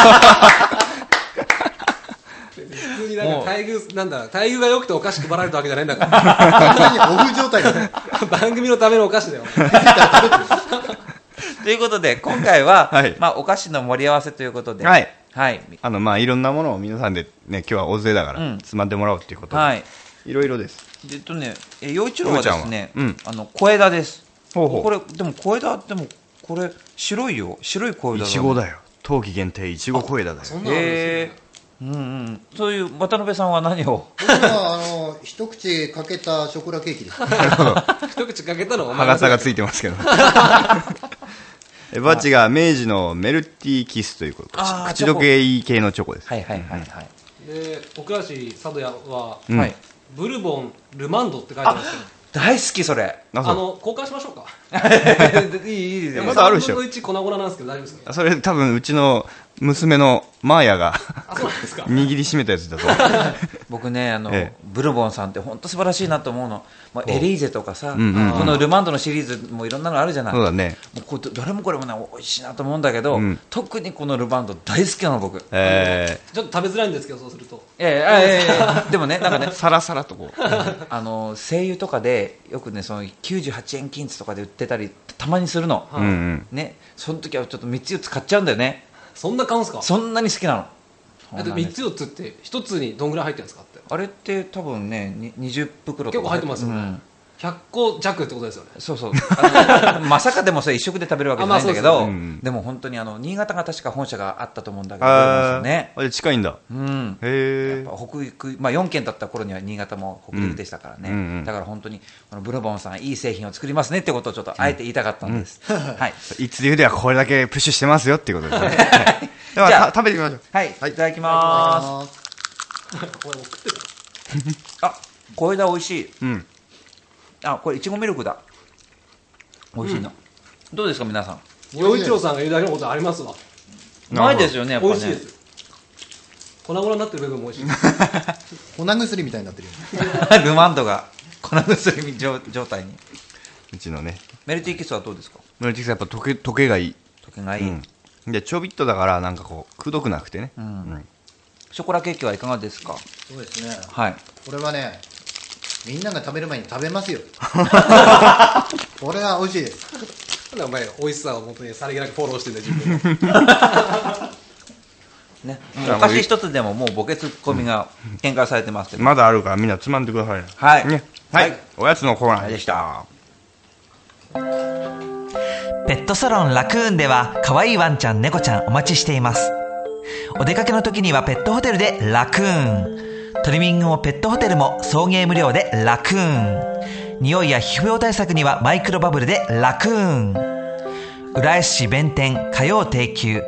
S3: 普通になんか待遇なんだ待遇が良くてお菓子配られたわけじゃないんだか ら
S4: 完全にオフ状態で、ね、
S3: 番組のためのお菓子だよ
S1: ということで、今回は、
S2: はい
S1: まあ、お菓子の盛り合わせということで、
S2: はい。
S1: はい。
S2: あの、まあ、いろんなものを皆さんでね、今日は大勢だか
S1: うん
S2: ら、つまんでもらおうっていうことで
S1: はい。
S2: いろいろです。
S1: でえっとね、え陽一郎はですね、
S2: 梅ち
S1: あの、小枝です。
S2: ほうほう
S1: これ、でも小枝、でも、これ、白いよ。白い小枝
S2: い
S1: ね
S2: ちごだよ。冬季限定いちご小枝だよ。
S3: そんなのあるん
S1: へ
S3: で
S1: えうんうん、そういう渡辺さんは何を
S4: 僕はあの一口かけたショコラケ ーキです。
S3: すよ一口かけたのはお
S2: 歯
S3: 前の
S2: 型がついてます けど。えバチが明治のメルティーキスということ口
S1: あー
S2: 口どけいい系のチョコです。
S1: はいはいはいはい、
S3: で奥橋佐渡屋は
S2: うん
S1: はい、
S3: ブルボンルマンドって書いてますけど
S1: 大好きそれ
S2: あ
S3: あ
S2: そう
S3: の交換しましょうか
S1: いいいい
S2: やまだあるでしょ
S3: 3分の1粉々なんですけど大丈夫ですか
S2: それ多分うちの娘のマーヤが
S3: あそうなんですか
S2: 握りしめたやつ だと。
S1: 僕ねあの、
S2: ええ
S1: ブルボンさんって本当素晴らしいなと思うの、まあ、エリーゼとかさ、
S2: うんうん
S1: このルマンドのシリーズもいろんなのあるじゃない
S2: そうだね。
S1: もうこうどどれもこれもね美味しいなと思うんだけど、
S2: うん
S1: 特にこのルマンド大好きなの僕
S2: え
S3: ちょっと食べづらいんですけどそうすると
S1: ええあえええ えでもねなんかね
S2: ー、サラサラとこう。
S1: あの声優とかでよくねその98円均一とかで売ってたりたまにするの、
S2: うんうん。
S1: ねその時はちょっと3つ4つ買っちゃうんだよね
S3: そんな買うんすか
S1: そんなに好きなの
S3: だって3つ4つって1つにどんぐらい入ってるんですかって
S1: あれって多分ねに20袋と
S3: 結構
S1: か
S3: 入ってますよね、
S1: うん
S3: 100個弱ってことですよね
S1: そうそうあの まさかでもそれ一食で食べるわけじゃないんだけ
S3: あま
S1: ど、
S3: あ
S2: そうですねうん
S1: でも本当にあの新潟が確か本社があったと思うんだけど
S2: あー
S1: ね
S2: あれ近いんだ。
S1: うんやっ
S2: へ
S1: ぱ北陸、まあ、4県だった頃には新潟も北陸でしたからね、
S2: うんうんうん
S1: だから本当にこのブルボンさんいい製品を作りますねってことをちょっとあえて言いたかったんです、はい
S2: え。いつで言うではこれだけプッシュしてますよっていうことですね。 では
S1: じゃあ
S2: た食べてみましょう。
S1: はい、い、ただきます
S3: これもう食ってる
S1: あ小枝美味しい
S2: うん。
S1: あこれいちごミルクだ美味しいの、どうですか皆さん
S3: 洋一郎さんが言うだけのことありますわ
S2: なるほど
S1: ないですよねやっぱ
S3: 美
S1: ね
S3: 味しい です粉々になってる部分も美味しい
S4: 粉薬みたいになってるよ。
S1: ルマンドが粉薬状状態に
S2: うちのね。
S1: メルティーキスはどうですか
S2: ムルティスやっぱ溶け溶けがいい。
S1: 時がいい、
S2: うん。で、ちょびっとだからなんかこう、くどくなくてね。
S1: うん
S2: うん
S1: ショコラケーキはいかがですか
S4: そうですね。
S1: はい
S4: これはね、みんなが食べる前に食べます よ。これは美味しいです。
S3: なんでお前美味しさを本当にさりげなくフォローしてんだよ自分を
S1: ね
S2: うん
S1: お菓子一つでももうボケツッコミが展開されてますけど、
S2: まだあるからみんなつまんでくださいね
S1: はい
S2: ねはい、
S1: はい
S2: おやつのコーナーでした
S5: ペットサロンラクーンでは可愛いワンちゃん猫ちゃんお待ちしていますお出かけの時にはペットホテルでラクーントリミングもペットホテルも送迎無料でラクーン匂いや皮膚病対策にはマイクロバブルでラクーン浦安市弁天火曜定休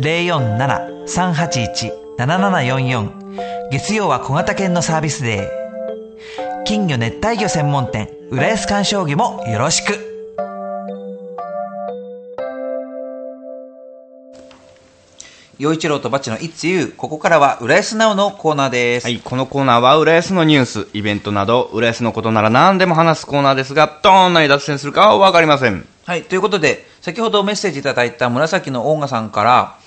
S5: 047-381-7744月曜は小型犬のサービスデー金魚熱帯魚専門店浦安鑑賞魚もよろしく
S1: 陽一郎とバッチのいつゆここからは浦安ナウのコーナーです、
S2: はい、このコーナーは浦安のニュース、イベントなど、浦安のことなら何でも話すコーナーですが、どんなに脱線するかは分かりません。
S1: はい、ということで、先ほどメッセージいただいた紫のオンガさんから、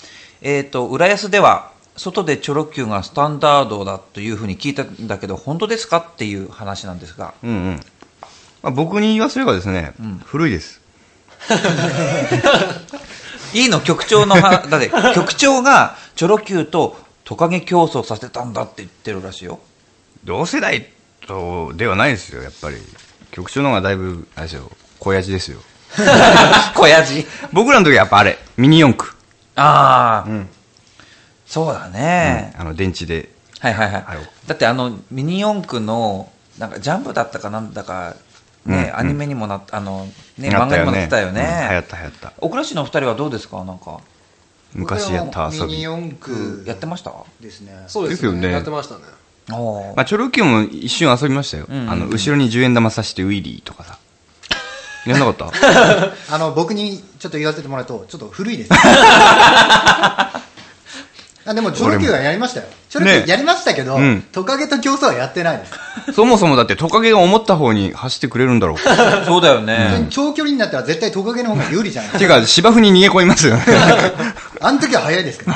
S1: えっ、と、浦安では、外でチョロ Q がスタンダードだというふうに聞いたんだけど、本当ですかっていう話なんですが、
S2: うんうん。まあ、僕に言わせればですね、古いです。
S1: いいの局長の話、だって、局長がチョロ Q とトカゲ競争させたんだって言ってるらしいよ。
S2: 同世代とではないですよ、やっぱり。局長の方がだいぶ、あれですよ、小やじですよ。
S1: 小やじ。
S2: 僕らの時はやっぱあれ、ミニ四駆。
S1: ああ、
S2: ん
S1: そうだね。
S2: あの、電池で。
S1: はいはいはい
S2: あれを。
S1: だってあの、ミニ四駆の、なんかジャンプだったかなんだか、ね、
S2: うん
S1: アニメにもなっあの、ね、
S2: な
S1: 漫画
S2: った
S1: に
S2: よ
S1: もなってたよね。
S2: うん流行った流行った。
S1: お倉市のお二人はどうですかなんか、
S2: 昔やった遊び。
S4: ミニ四駆
S1: やってました
S4: ですね
S3: そうです
S2: ですよね
S3: やってましたね
S1: おー
S2: まあ、チョロ Q も一瞬遊びましたよ。
S1: うんうんうん
S2: あの、後ろに10円玉刺してウィリーとかさ。やんなかった
S4: あの僕にちょっと言わせてもらうとちょっと古 いですあでもチョロ Q はやりましたよチョロ Q やりましたけど、
S2: うん
S4: トカゲと競争はやってないです
S2: そもそもだってトカゲが思った方に走ってくれるんだろうか。
S1: そうだよ
S4: 本当に
S1: ね。
S4: 長距離になったら絶対トカゲの方が有利じゃない
S2: ていうか、芝生に逃げ込みます よね。
S4: あの時は早いですけど、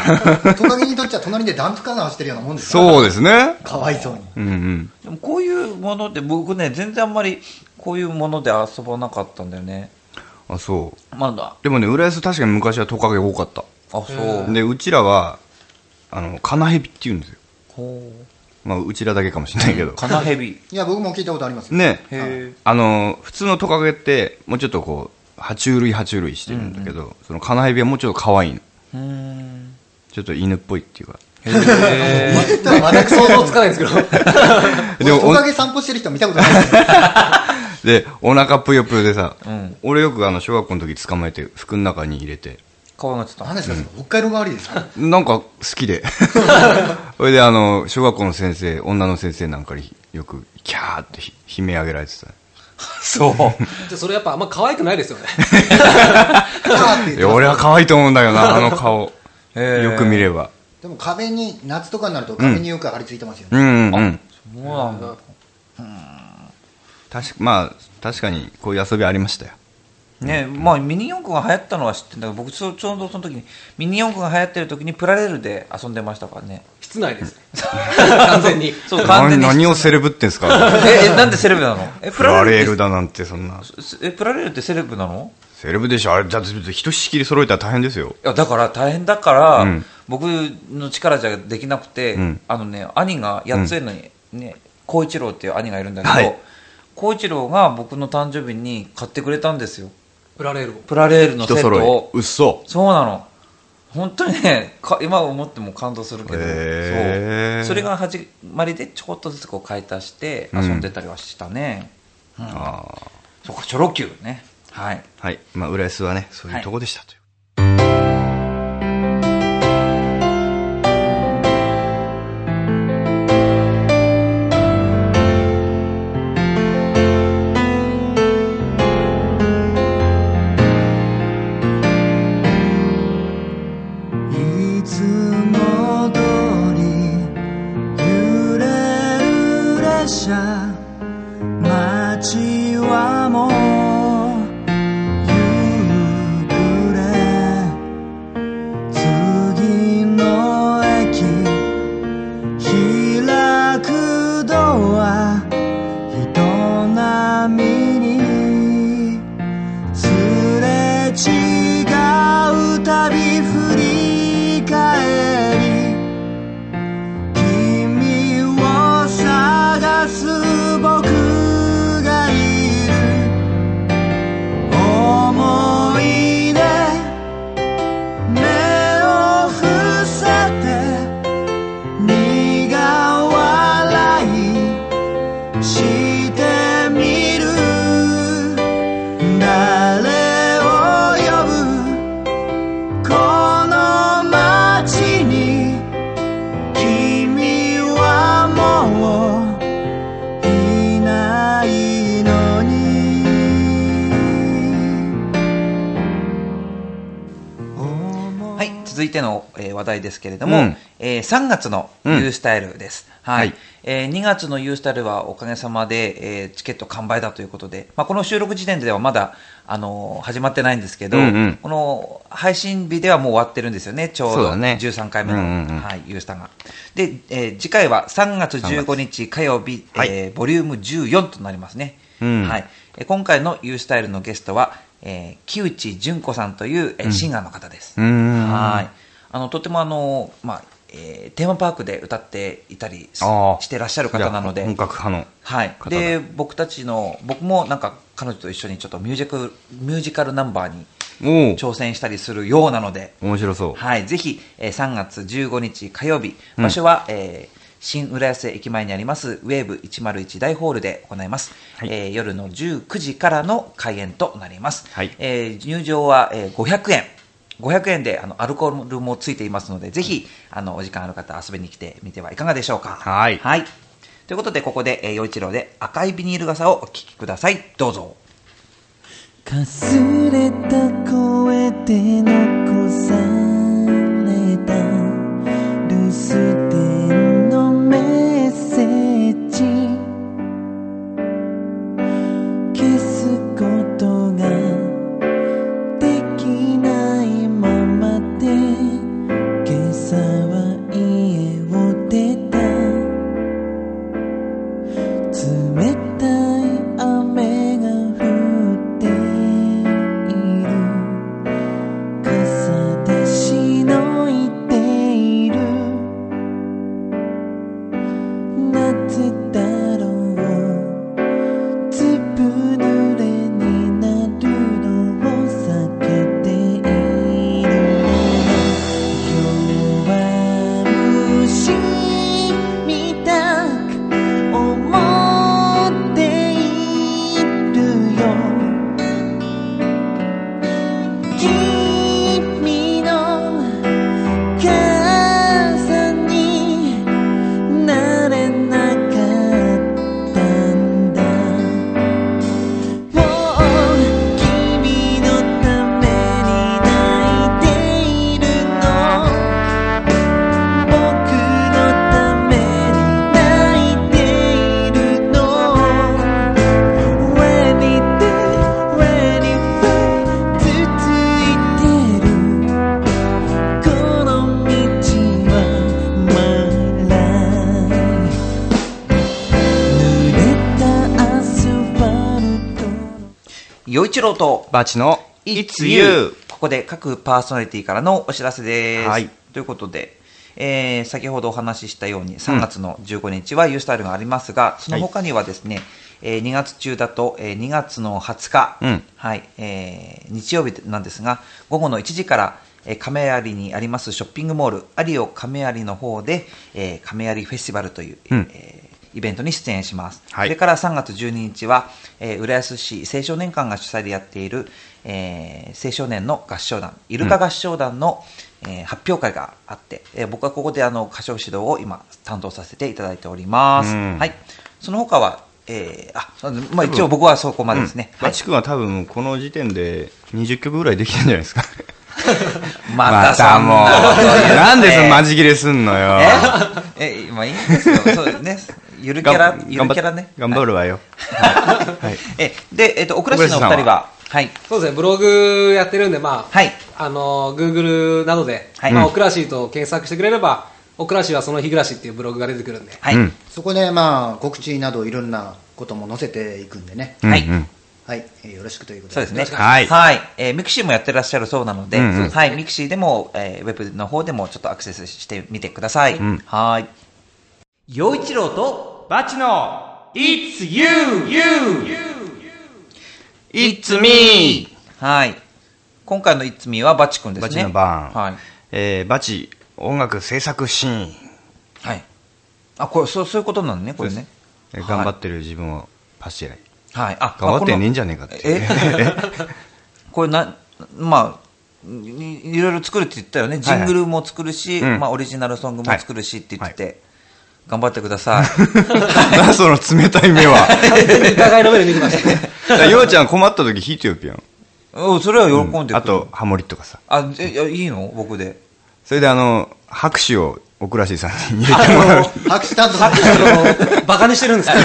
S4: トカゲにとっちゃ隣でダンプカーが走ってるようなもんですから、
S2: そうですね。
S4: かわいそうに。
S2: うんうん。
S1: でもこういうものって僕ね、全然あんまりこういうもので遊ばなかったんだよね。
S2: あ、そう。
S1: まだ。
S2: でもね、浦安確かに昔はトカゲ多かっ
S1: あ、そう。
S2: た。で、うちらは、あの、カナヘビって言うんですよ。
S1: ほ
S2: まあ、うちらだけかもしれないけど
S1: う。カナヘビ。
S4: いや、僕も聞いたことありますよ。
S2: ね
S1: へえ。
S2: あの、普通のトカゲって、もうちょっとこう、爬虫類爬虫類してるんだけど、そのカナヘビはもうちょっと可愛いの。
S1: うーん。
S2: ちょっと犬っぽいって いうか。
S4: 全く全く想
S3: 想
S4: 像
S3: 像つ
S4: つか
S3: かないんですけ
S2: で
S3: ど
S2: も
S4: トカゲ散歩してる人見たことないですよ。
S2: で、お腹ぷよぷよでさ、
S1: うん
S2: 俺よくあの、小学校の時捕まえて、服の中に入れて、
S1: 可愛がってた。
S4: 何ですか、それ北海道代わりで すか
S2: なんか好 きで。それであの、小学校の先生、女の先生なんかによく、キャーってひ悲鳴上げられてた。
S1: そう。
S3: じゃあそれやっぱあんま可愛くないですよね
S4: あーって言 っ
S2: い
S4: て
S2: や、
S4: ます
S2: 俺は可愛いと思うんだ よな、あの顔。
S1: へー
S2: よく見れば。
S4: でも壁に、夏とかになると壁によく張り付いてますよね。
S2: うんうんうん。
S1: そうなんだ。
S2: 確か、まあ、確かにこういう遊びありましたよ。
S1: ねまあミニ四駆が流行ったのは知ってんだけど僕ちょうどその時にミニ四駆が流行ってる時にプラレールで遊んでましたからね
S3: 室内 ですね完全に
S1: そう完
S2: 何
S1: 全に
S2: 何をセレブってんす か
S1: ええなんでセレブなのえ
S2: プラレー
S1: っ
S2: ル
S1: て
S2: だなんてそんな。
S1: えプラレールってセレブなの
S2: セレブでしょあれ、だってひとしきり揃えたら大変ですよ。
S1: いやだから大変だから、
S2: うん
S1: 僕の力じゃできなくて、
S2: うん
S1: あのね兄が8つ上のにね光、一郎っていう兄がいるんだけど、
S2: はい
S1: 光一郎が僕の誕生日に買ってくれたんですよ
S3: プラレールを
S1: プラレールのセ
S2: 人
S1: ット
S2: 揃え
S1: を。
S2: うっそ。
S1: そうなの本当にねか今思っても感動するけど、
S2: へ
S1: そう
S2: ー
S1: それが始まりでちょこっとずつこう買い足して遊んでたりはしたね、うん
S2: あー
S1: そっかチョロ Q ねはい
S2: はい。まあ、浦安はね、そういうとこでしたという。
S6: いつも通りゆらゆらした街はもう夕暮れ次の駅開くドア人並みにすれ違うたび振り返り
S1: 続いての、えー話題ですけれども、
S2: うん
S1: えー3月の
S2: うん
S1: U スタイルです。は
S2: はい
S1: い。えー2月の U スタイルはおかげさまで、えーチケット完売だということで、まあ、この収録時点ではまだ、あのー始まってないんですけど、
S2: うんうん
S1: この配信日ではもう終わってるんですよね、ちょう
S2: そう
S1: ど
S2: だね
S1: 13回目の、
S2: うんうんうん
S1: はい、ユースタが。で、えー次回は3月15日火曜日、
S2: はい
S1: えーボリューム14となりますね。
S2: うん
S1: はいえー今回のユースタイルのゲストは、えー木内純子さんという、えーシンガーの方です。
S2: うーん
S1: はいあのとてもあの、まあえーテーマパークで歌っていたりし
S2: あー
S1: してらっしゃる方なので。
S2: じゃあ本格派の
S1: はい、
S2: 方だ
S1: で僕たちの僕もなんか彼女と一緒にちょっとミュージックミュージカルナンバーに
S2: おお
S1: 挑戦したりするようなので、
S2: 面白そう
S1: はい、ぜひ、えー3月15日火曜日、場所は、えー新浦安駅前にありますウェーブ101大ホールで行います、
S2: はい
S1: えー夜の19時からの開演となります、
S2: はい
S1: えー入場は、えー500円500円であのアルコールもついていますのでぜひあのお時間ある方遊びに来てみてはいかがでしょうか
S2: はい
S1: ということでここでえー陽、一郎で赤いビニール傘をお聴きくださいどうぞ
S6: かすれた声で残された留守電のメッセージ消すことができないままで今朝は家を出た冷たい雨が降っている傘でしのいている夏だろうずぶ濡れになるのを避けている弱虫みたく思っているよ君の傘になれなかったんだもう君のために泣いているの僕のために泣いているの Ready day, ready fight 続いてるこの道は回らない濡れたアスファルトの
S1: 陽一郎と
S2: バチの It's You
S1: ここで各パーソナリティからのお知らせです。
S2: はい
S1: ということで、えー先ほどお話ししたように3月の15日は U スタイルがありますが、その他にはですね、え2月中だと、え2月の20日、
S2: うん
S1: はいえー日曜日なんですが午後の1時から、えー亀有にありますショッピングモール有オ亀有の方で、えー亀有フェスティバルという、
S2: うん
S1: えーイベントに出演します、
S2: はい
S1: それから3月12日は、えー浦安市青少年館が主催でやっている、えー青少年の合唱団イルカ合唱団の、えー発表会があって、えー僕はここであの歌唱指導を今担当させていただいております、
S2: うん
S1: はい、その他は、えーあまあ、一応僕はそこまでですね、
S2: うんバチ君は多分この時点で20曲ぐらいできたんじゃないですか
S1: またそんな
S2: もう
S1: こと言って
S2: なんでそのマジ切れすんのよ
S1: え えまあいいんですよそうねゆるキャラ
S2: 頑
S1: ゆるキャラね
S2: 頑張るわよはい
S1: えでえっと小倉市のお二人ははい
S3: そうですね、ブログやってるんで、まあ、
S1: はい
S3: あの、Google などで、
S1: はい
S3: まあ、
S1: うん
S3: オクラシーと検索してくれれば、オクラシーはその日暮らしっていうブログが出てくるん で、
S1: はい、
S2: うん
S4: そこでまあ告知などいろんなことも載せていくんでね、
S1: はい
S2: うんうん
S4: はい、えーよろしくということ
S1: そうですね。
S2: はい
S1: はい。えー、ミクシーもやってらっしゃるそうなので、
S2: うんうん
S1: はい。ミクシーでも、えー、ウェブの方でもちょっとアクセスしてみてください。
S2: ん
S1: はい。陽一郎と、
S2: バチの It's you, you, It's me
S1: はい。今回のいつみはバチ君ですね。
S2: バチの番
S1: はい。
S2: えーバチ音楽制作シーン
S1: はい。あ、これ、そう、そういうことなのね、これね。
S2: えー頑張ってる自分をパシリ
S1: はい。あ、
S2: 頑張ってねえんじ
S1: ゃ
S2: ゃねえかって
S1: えこれな、まあ、いいろいろ作るって言ったよね。ジングルも作るし、
S2: はいうん
S1: まあ、オリジナルソングも作るしって言ってて、
S2: は
S1: 頑張ってくだ さい。
S2: 何 その冷たい目は
S3: 疑いの目で見てましたね。
S2: だからようちゃん困った時弾いてよピアノ
S1: うんそれは喜んでくれる
S2: あとハモリとかさ
S1: あ、え、いやいいの僕で。
S2: それであの、拍手を奥らしいさんに入れてもらう。
S4: 拍手担当
S3: 拍手を バカにしてるんですか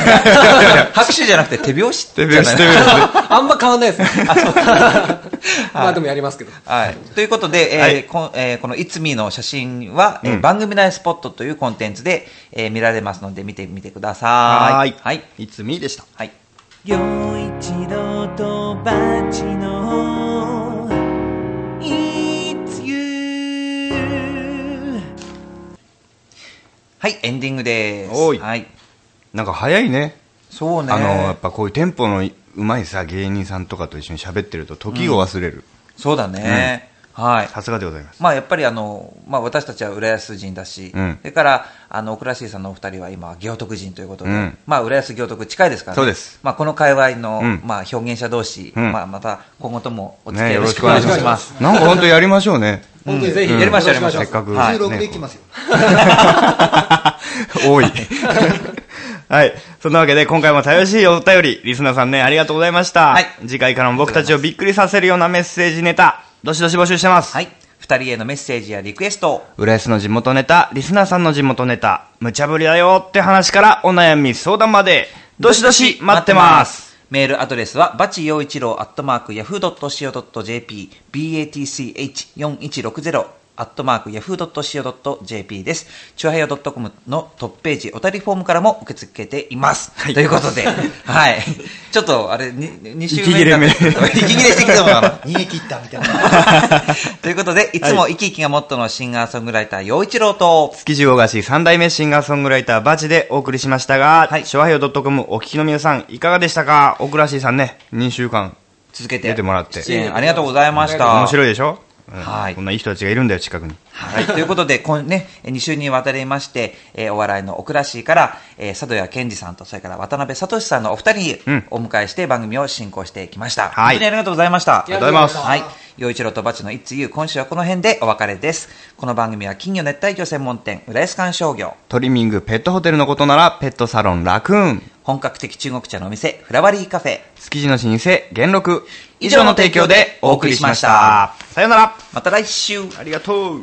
S1: 拍手じゃなくて手拍子
S2: 手拍子手
S1: じゃない
S2: 拍子
S3: あんま変わんないですね。 まあでもやりますけど。
S1: はい、ということで、えー
S2: はい
S1: こんえーこの「いつみ」の写真は、えー番組内スポットというコンテンツで、えー見られますので見てみてくださ。
S2: はいい。
S1: はい、
S2: いつみでした。
S1: はい
S6: よ一度とばちの It's you
S1: はいエンディングです。
S2: おい
S1: はい、
S2: なんか早いね。
S1: そうね
S2: あの、やっぱこういうテンポのうまいさ、芸人さんとかと一緒に喋ってると、時を忘れる。
S1: そうだね、はい
S2: さすがでございます。
S1: まあ、やっぱりあの、まあ、私たちは浦安人だし、
S2: うん
S1: それからあの奥らしいさんのお二人は今、行徳人ということで、
S2: うん
S1: まあ、浦安行徳近いですから、ね、
S2: そうです
S1: まあ、この界隈の、
S2: うん
S1: まあ、表現者同士、
S2: うん
S1: まあ、また今後ともお付き合い
S2: ね、
S1: よ
S2: よ
S1: ろ
S2: ろ
S1: し
S2: し
S1: く
S2: く
S1: お
S2: お
S1: 願い
S2: 願い
S1: し
S2: し
S1: ま。
S2: ますす。なんか本当やりましょうね。
S3: 本当にぜひ、
S1: うんやりましょうやりましょう
S2: せっかく。
S1: はい
S4: 収録
S2: ね
S4: できますよ。
S2: 多い。はい。そんなわけで、今回も楽しいお便り、リスナーさんね、ありがとうございました。
S1: はい
S2: 次回からも僕たちをびっくりさせるようなメッセージネタ、どしどし募集してます。
S1: はい、二人へのメッセージやリクエスト、
S2: 浦安の地元ネタ、リスナーさんの地元ネタ、無茶ぶりだよって話からお悩み相談まで、どしどし待ってます。。
S1: メールアドレスは、バチ陽一郎アットマーク、ヤフー .co.jp、batch4160、アットマーク、ヤフー .co.jp です。チュアヘヨ .com のトップページ、お便りフォームからも受け付けています。ということ で、はい。ちょっと、あれ、に2週目
S2: 息切れ目
S1: だった息切れしてきたのかな。
S4: 逃げ切ったみたいな。
S1: ということで、いつも生き生きがモットーのシンガーソングライター、陽一郎と、
S2: 築地大菓子三代目シンガーソングライターバチでお送りしましたが、
S1: はい
S2: 昭和平洋 .com お聞きの皆さん、いかがでしたか奥らしいさんね、2週間
S1: 続けて、
S2: 出てもらって。
S1: 出演ありがとうございました。
S2: 面白いでしょ、うん
S1: はい
S2: こんないい人たちがいるんだよ、近くに。
S1: はい、ということで、今ね、2週にわたりまして、えーお笑いの奥らしいから、えー佐渡谷健二さんと、それから渡辺聡さんのお二人
S2: う
S1: に
S2: ん
S1: お迎えして番組を進行してきました。
S2: はい
S1: 本当にありがとうございました。
S2: りがとうございます
S1: はい。陽一郎とバチの一通 u 今週はこの辺でお別れです。この番組は金魚熱帯魚専門店、浦安館商業、
S2: トリミング、ペットホテルのことなら、ペットサロン、ラクーン。
S1: 本格的中国茶のお店、フラワリーカフェ。
S2: 築地の老舗、元禄。
S1: 以上の提供でお送りしました。
S2: さよなら。
S1: また来週
S2: ありがとう。